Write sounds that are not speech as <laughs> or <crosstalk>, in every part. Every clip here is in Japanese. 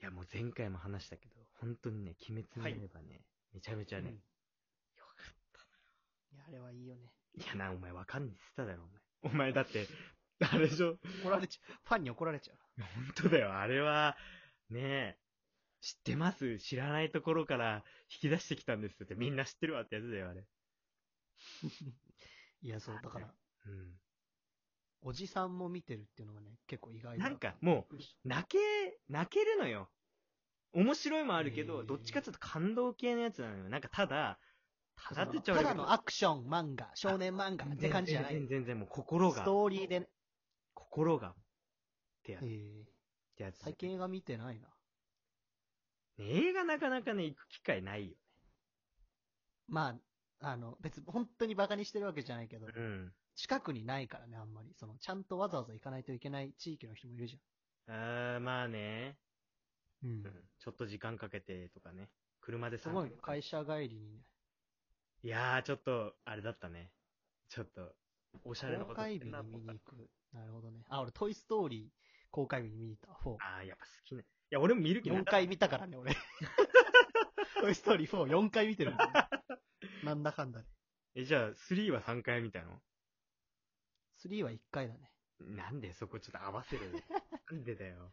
や、もう前回も話したけど、本当にね、鬼滅の刃ね、めちゃめちゃね、よかっいや、あれはいいよね。た。いやな、お前わかんねえって言ってただろ、お前。お前だって、あれでしょ <laughs> 怒られちゃう。ファンに怒られちゃう。本当だよ、あれは、ねえ、知ってます知らないところから引き出してきたんですって、みんな知ってるわってやつだよ、あれ。いや、そう、だから、うおじさんも見てるっていうのがね、結構意外ん。だなんか、もう、泣け、泣けるのよ。面白いもあるけど、へえどっちかっていうと感動系のやつなのよ。なんかただ、ただたって言っちゃ悪だいけどのアクション漫画、少年漫画って感じじゃない。全然、ス全然もう心が、トーリーでね。心が、ってやえつ、っーてやつ。最近映画見てないな。ね映画なかなかね、行く機会ないよ。まあ、あの、別に本当にバカにしてるわけじゃないけど、うん。近くにないからね、あんまり。その、ちゃんとわざわざ行かないといけない地域の人もいるじあー、まあね。ゃん。うんうん。ちょっと時間かけてとかね。車です3ごいね、分会社帰りにね、いやー、ちょっと、あれだったね。ちょっと、おしゃれなこと公言開って日んになと見思にった行く。なるほどね。あ、俺、トイストーリー公開日に見に行った。4。あー、やっぱ好きね。いや、俺も見る気な4かった回見たからね、 <laughs> 俺。トイストーリー4、4回見てるんだよね、 <laughs> なんだかんだで。え、じゃあ、3は3回見たの3は1回だね。なんでそこちょっと合わせる <laughs> よ。なんでだよ。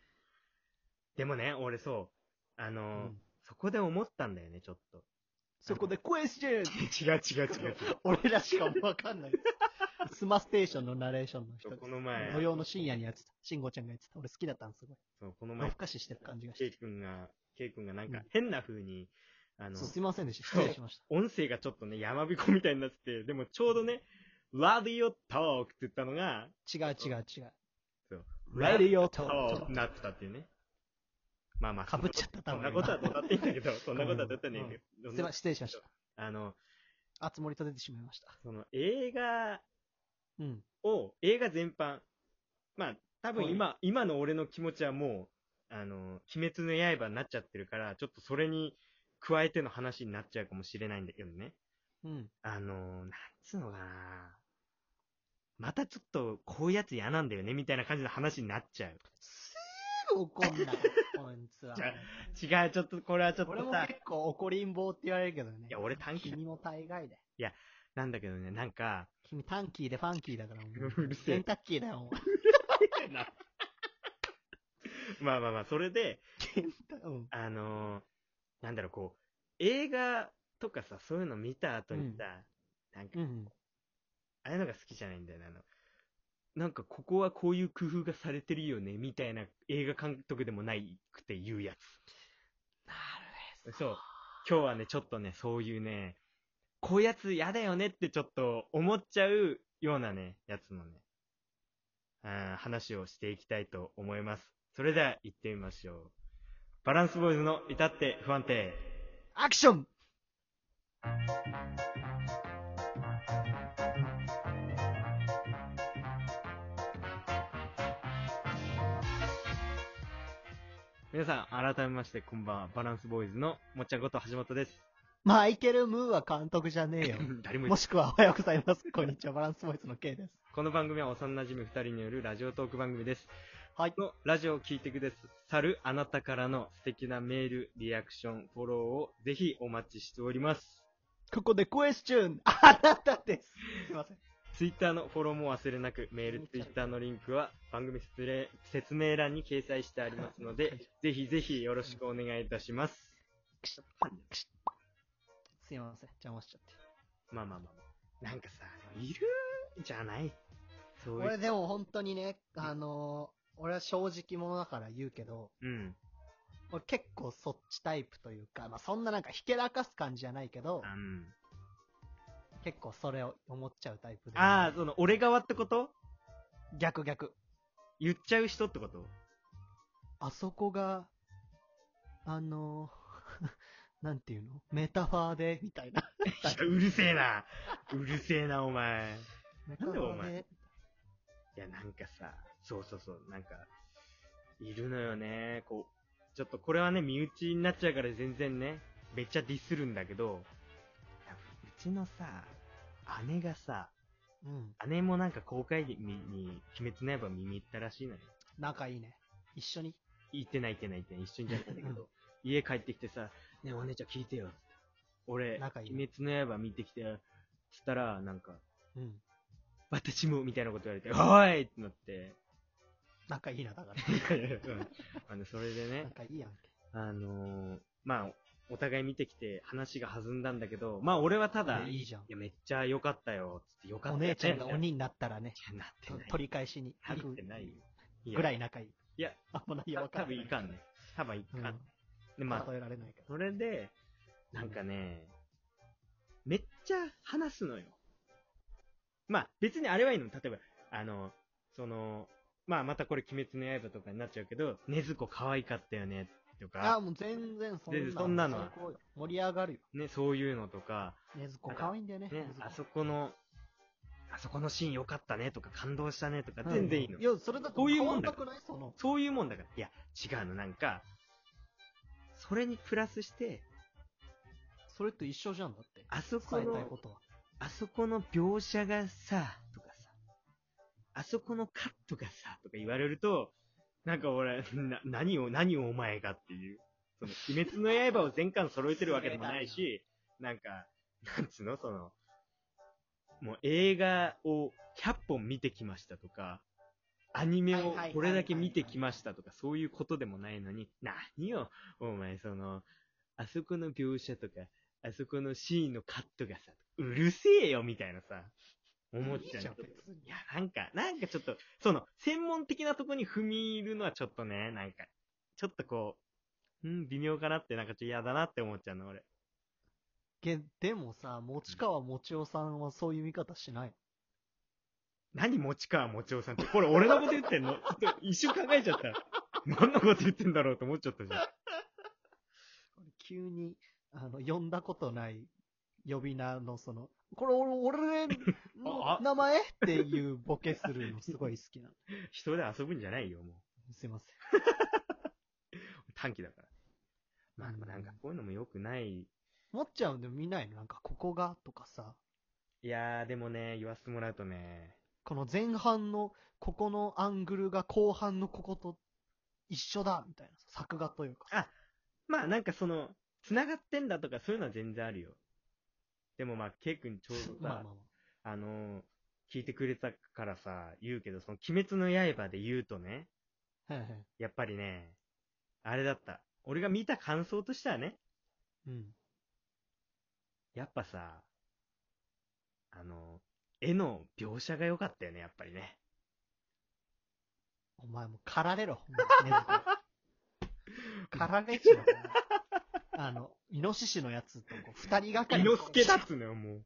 でもね、俺そう、あのーうんそこで思ったんだよね、ちょっと。そこでクエスチョン違う違う違 <laughs> う。俺らしかわかんない。スマステーションのナレーションの人そうですこ。の前、土曜の深夜にやってた。慎吾ちゃんがやってた。俺好きだったんすごい。そうこの夜前更、かししてる感じがし K 君が、K 君がなんうかん変な風に、あて。のそう、、すいませんでした。失礼しました。音声がちょっとね、山彦みたいになってて、でもちょうどね、ラディオトークって言ったのが、違う違う違う。ララデディィオオトトーーククになってたっていうね。まあまあ、かぶっちゃった、多そん分なことはどうだっていいんだ <laughs> けど、そんなことはどうだっていいんだけど、すいません、失礼しました。あの、あつ森と出てしまいました。その映画うん。を、映画全般、まあ、多分今、今の俺の気持ちはもう、あの、鬼滅の刃になっちゃってるから、ちょっとそれに加えての話になっちゃうかもしれないんだけどね。うん。あのー、なんつうのかなまたちょっと、こういうやつ嫌なんだよね、みたいな感じの話になっちゃう。すぐ怒んな <laughs> よ、こいつはじ。ゃ違う、ちょっと、これはちょっ俺ともさ、結構怒りん坊って言われるけどね。いや俺短期君も大概で。なんだけどね、なんか、君タンキーでファンキーだから、もうるせえケンタッキーだよ、もう。まあまあまあ、それで、ケンタ、うん。あのーなんだろう、こう、映画とかさ、そういうの見た後にさ、なんかう、ん。ああいうのが好きじゃないんだよね、あの、なんかここはこういう工夫がされてるよね、みたいな映画監督でもないくて言うやつ。なるへそ。そう。今日はね、ちょっとね、そういうね、こういうやつ嫌だよねってちょっと思っちゃうようなね、やつのね、うん話をしていきたいと思います。それでは行ってみましょう。バランスボーイズの至って不安定。アクション皆さん、改めましてこんばんは。バランスボーイズのもっちゃんこと橋本です。マイケル・ムーは監督じゃねえ <laughs> よ。誰も言もってしくは、おはようございます。こんにちは、バランスボイスの K です。この番組は幼馴染二人によるラジオトーク番組です。はいこのラジオを聞いてくださるあなたからの素敵なメール、リアクション、フォローをぜひお待ちしております。ここでクエスチ <laughs> ョンあなたですすいません。ツイッターのフォローも忘れなく、メール、ツイッターのリンクは番組説明説明欄に掲載してありますので、ぜひぜひよろしくお願いいたします。すいません。邪魔しちゃって。まあまあまあまあ。なんかさ、いるじゃないそうい俺う。でも本当にね、あのー俺は正直者だから言うけど、うん。俺結構そっちタイプというか、まあ、そんななんかひけらかす感じじゃないけど、うん、結構それを思っちゃうタイプで。ああ、その、俺側ってこと逆逆。言っちゃう人ってことあそこが、あのー <laughs> なんていうのメタファーで、みたいな。い <laughs> やうるせえな。うるせえな、お前。メタなフんでおァー前で。いや、なんかさ、そうそうそう、なんか、いるのよね。こう、ちょっとこれはね、身内になっちゃうから全然ね、めっちゃディスるんだけど、いやうちのさ、姉がさ、うん。姉もなんか公開日に、鬼滅の刃見に行ったらしいのよ。仲いいね。一緒に行ってない行ってない行ってない、一緒にじゃないんだけ <laughs> ど、家帰ってきてさ、ねえお姉ちゃん聞いてよ。俺、仲いいの鬼滅の刃見てきて、つったら、なんか、うん。私もみたいなこと言われて、おいってなって、 <laughs> 仲いいな、だから。うんあのそれでね、仲いいやんけ。あのーまあ、お互い見てきて話が弾んだんだけど、まあ俺はただ、いいじゃんい。や、めっちゃ良かったよ、つって、良かったおよ、姉ちゃんみたがいな鬼になったらね、 <laughs> いやなってない。取り返しにな行っくてないよ。いやぐらい仲いい。いや、あ、もう内容わかん多ない。分いかんね。多分いかん。うんで、まあ、例えられないけど。それで、なんかね、めっちゃ話すのよ。まあ、別にあれはいいの。例えば、あの、その、まあ、またこれ、鬼滅の刃とかになっちゃうけど、禰豆子可愛かったよね、とあ、か、もう全然そん全然な。そんなのは最高よ盛り上がるよ。ね、そういうのとか、ねずこ可愛いんだよね。ね禰豆、子あそこの、あそこのシーン良かったねとか、感動したねとか、うん全然いいの。いや、それだとそういうもんだだかくないその。そういうもんだから。いや、違うの、なんか、それにプラスして、それと一緒じゃんだって。あそこ伝えたいこの、とは。あそこの描写がさ、とかさ、あそこのカットがさ、とか言われると、なんか俺、な、何を、何をお前がっていう。その、鬼滅の刃を全巻揃えてるわけでもないし、なんか、なんつうの、その、もう映画を100本見てきましたとか、アニメをこれだけ見てきましたとか、そういうことでもないのに、何よ、お前その、あそこの描写とか、あそこのシーンのカットがさ、うるせえよみたいなさ、思っちゃいいじゃんう。別にいや、なんか、なんかちょっと、その、専門的なとこに踏み入るのはちょっとね、なんか、ちょっとこう、うん、微妙かなって、なんかちょっと嫌だなって思っちゃうの、俺。げでもさ、持川持夫さんはそういう見方しない。何、持川持ちおさんって、これ俺のこと言ってんの <laughs> ちょっと一瞬考えちゃった。何のこと言ってんだろうと思っちゃったじゃん。急に、あの、呼んだことない呼び名のその、これ俺、俺 <laughs> あの名前っていうボケするのすごい好きなの。人で遊ぶんじゃないよ、もう。すいません。短期だから。まあでもなんか、こういうのも良くない。持っちゃうんで見ないのなんか、ここがとかさ、いやー、でもね、言わせてもらうとね、この前半のここのアングルが後半のここと一緒だみたいな。作画というか。まあなんかその、繋がってんだとかそういうのは全然あるよ。でもまあ、ケイ君ちょうどさ、まあまあまあのー聞いてくれたからさ、言うけど、その、鬼滅の刃で言うとね、あ。はいはい。やっぱりね、あれだった。俺が見た感想としてはね、うん。やっぱさ、あのー絵の描写が良かったよね、やっぱりね。お前もう駆られろ。ねずこ駆られちまう。あの、イノシシのやつとこう二人がかり猪之で助だっつうのよ、も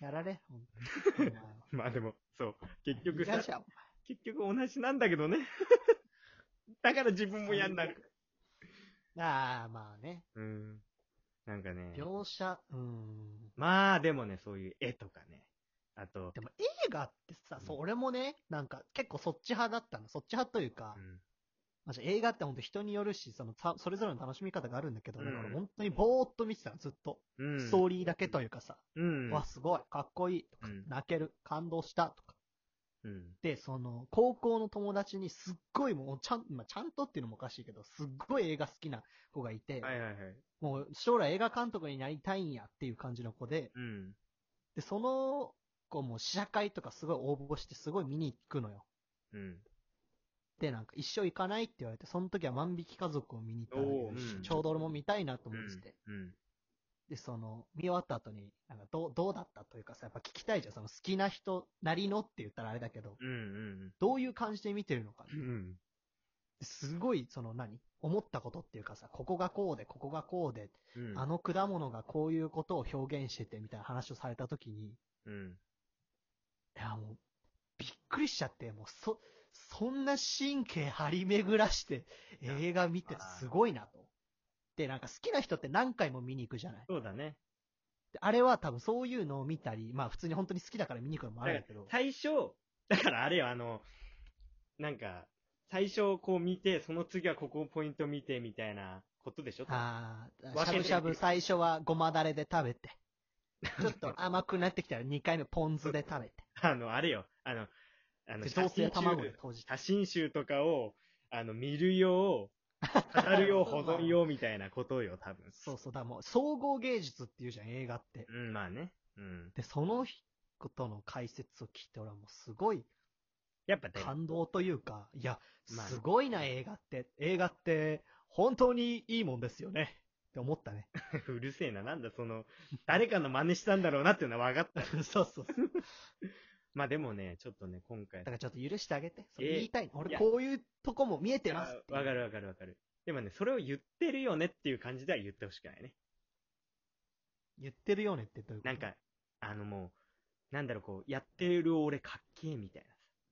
やられ。ほんとにお前はう。まあでも、そう。結局嫌さ、じゃん。結局同じなんだけどね。 <laughs> だから自分も嫌になる。ああ、まあね。うん。なんかね。描写、うーん。まあ、でもね、そういう絵とかね。あと、でも映画ってさ、そう、俺もね、なんか結構そっち派だったの。そっち派というか、うんまあ映画って本当人によるし、そのさそれぞれの楽しみ方があるんだけど、うんなんか俺本当にぼーっと見てたの、ずっと。うん。ストーリーだけというかさ、うん。わ、すごい、かっこいい、とか、うん泣ける、感動した、とか。うん。で、その、高校の友達にすっごいもう、ちゃん、まあ、ちゃんとっていうのもおかしいけど、すっごい映画好きな子がいて、はいはいはい。もう将来映画監督になりたいんやっていう感じの子で、うん。で、その子も試写会とかすごい応募してすごい見に行くのよ。うん。で、なんか一生行かないって言われて、その時は万引き家族を見に行ったんだけどおーうんちょうど俺も見たいなと思ってて。うん。で、その、見終わった後に、なんかどう、どうだったというかさ、やっぱ聞きたいじゃん。その好きな人なりのって言ったらあれだけど、うん。うん。どういう感じで見てるのか。うん。すごい、その何思ったことっていうかさ、ここがこうで、ここがこうで、うん。あの果物がこういうことを表現しててみたいな話をされた時に、うん。いや、もう、びっくりしちゃって、もう、そ、そんな神経張り巡らして映画見てすごいなと。で、なんか好きな人って何回も見に行くじゃない。そうだね。であれは多分そういうのを見たり、まあ普通に本当に好きだから見に行くのもあるんだけど、最初、だからあれよ、あの、なんか、最初こう見て、その次はここをポイント見てみたいなことでしょあわけあ、しゃでぶしゃぶ最初はごまだれで食べ <laughs> て、ちょっと甘くなってきたら2回目ポン酢で食べて、あの、あれよ、あの、あの、で、雑炊写や真集卵で閉じて。写真集とかを、あの、見る用、語るよ、保存よ、みたいなことよ、多分。そうそう、だからもう総合芸術っていうじゃん、映画って。うん、まあね。うん。で、その人の解説を聞いて、俺はもうすごいやっぱね、感動というか、いや、まあすごいな、映画って。映画って、本当にいいもんですよね。って思ったね。 <laughs> うるせえな、なんだ、その、誰かの真似したんだろうなっていうのは分かった。 <laughs> そうそうそう。 <laughs> まあでもね、ちょっとね、今回だか。らちょっと許してあげて。それえ言いたいの。い俺やこういうとこも見えてますっていうわかるわかるわかる。でもね、それを言ってるよねっていう感じでは言ってほしくないね。言ってるよねってどういうことなん、か、あのもう、なんだろう、こう、やってる俺かっけえみたい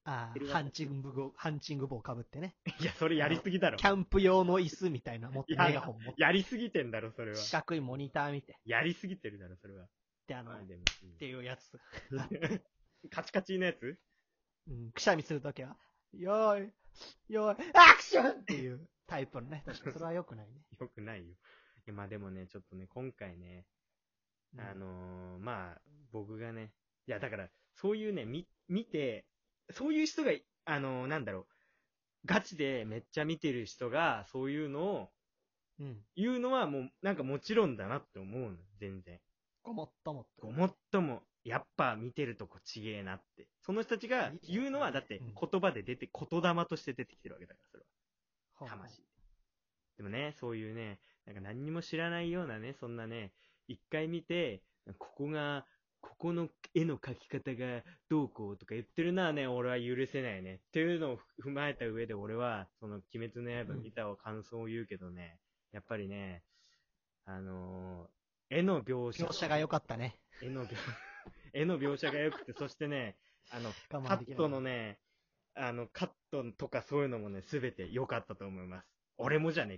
あてーるわハンチング帽、ハンチング帽かぶってね。な。いや、それやりすぎだろキ。ャンプ用の椅子みたいな持って、いやメガホン持って、やりすぎてんだろ、それは。四角いモニター見て。やりすぎてるだろ、それは。で、あの、まあっでもていうやつ。うんカチカチのやつうん、くしゃみするときは、よーい、よーい、アクションっていうタイプのね。 <laughs> 確かにそれは良くないね。よくないよ。いやまあでもね、ちょっとね、今回ね、うんあのーまあ、僕がね、いや、だから、そういうね、み、見て、そういう人が、あのーなんだろう、ガチでめっちゃ見てる人が、そういうのをうん。言うのは、もう、なんかもちろんだなって思うの、全然。ごもっともっと。ごもっとも、やっぱ見てるとこちげえなって。その人たちが言うのは、だってうん言葉で出て、言霊として出てきてるわけだから、それは。ほうほう魂。でもね、そういうね、なんか何にも知らないようなね、そんなね、一回見て、ここが、ここの絵の描き方がどうこうとか言ってるのはね、俺は許せないね。っていうのを踏まえた上で俺は、その鬼滅の刃見たを感想を言うけどね、やっぱりね、あのー絵の描写。描写が良かったね。絵の描、絵の描写が良くて、そしてね、あの、我カ慢できッない。トのね、あの、カットとかそういうのもね、すべて良かったと思います。俺もじゃねえ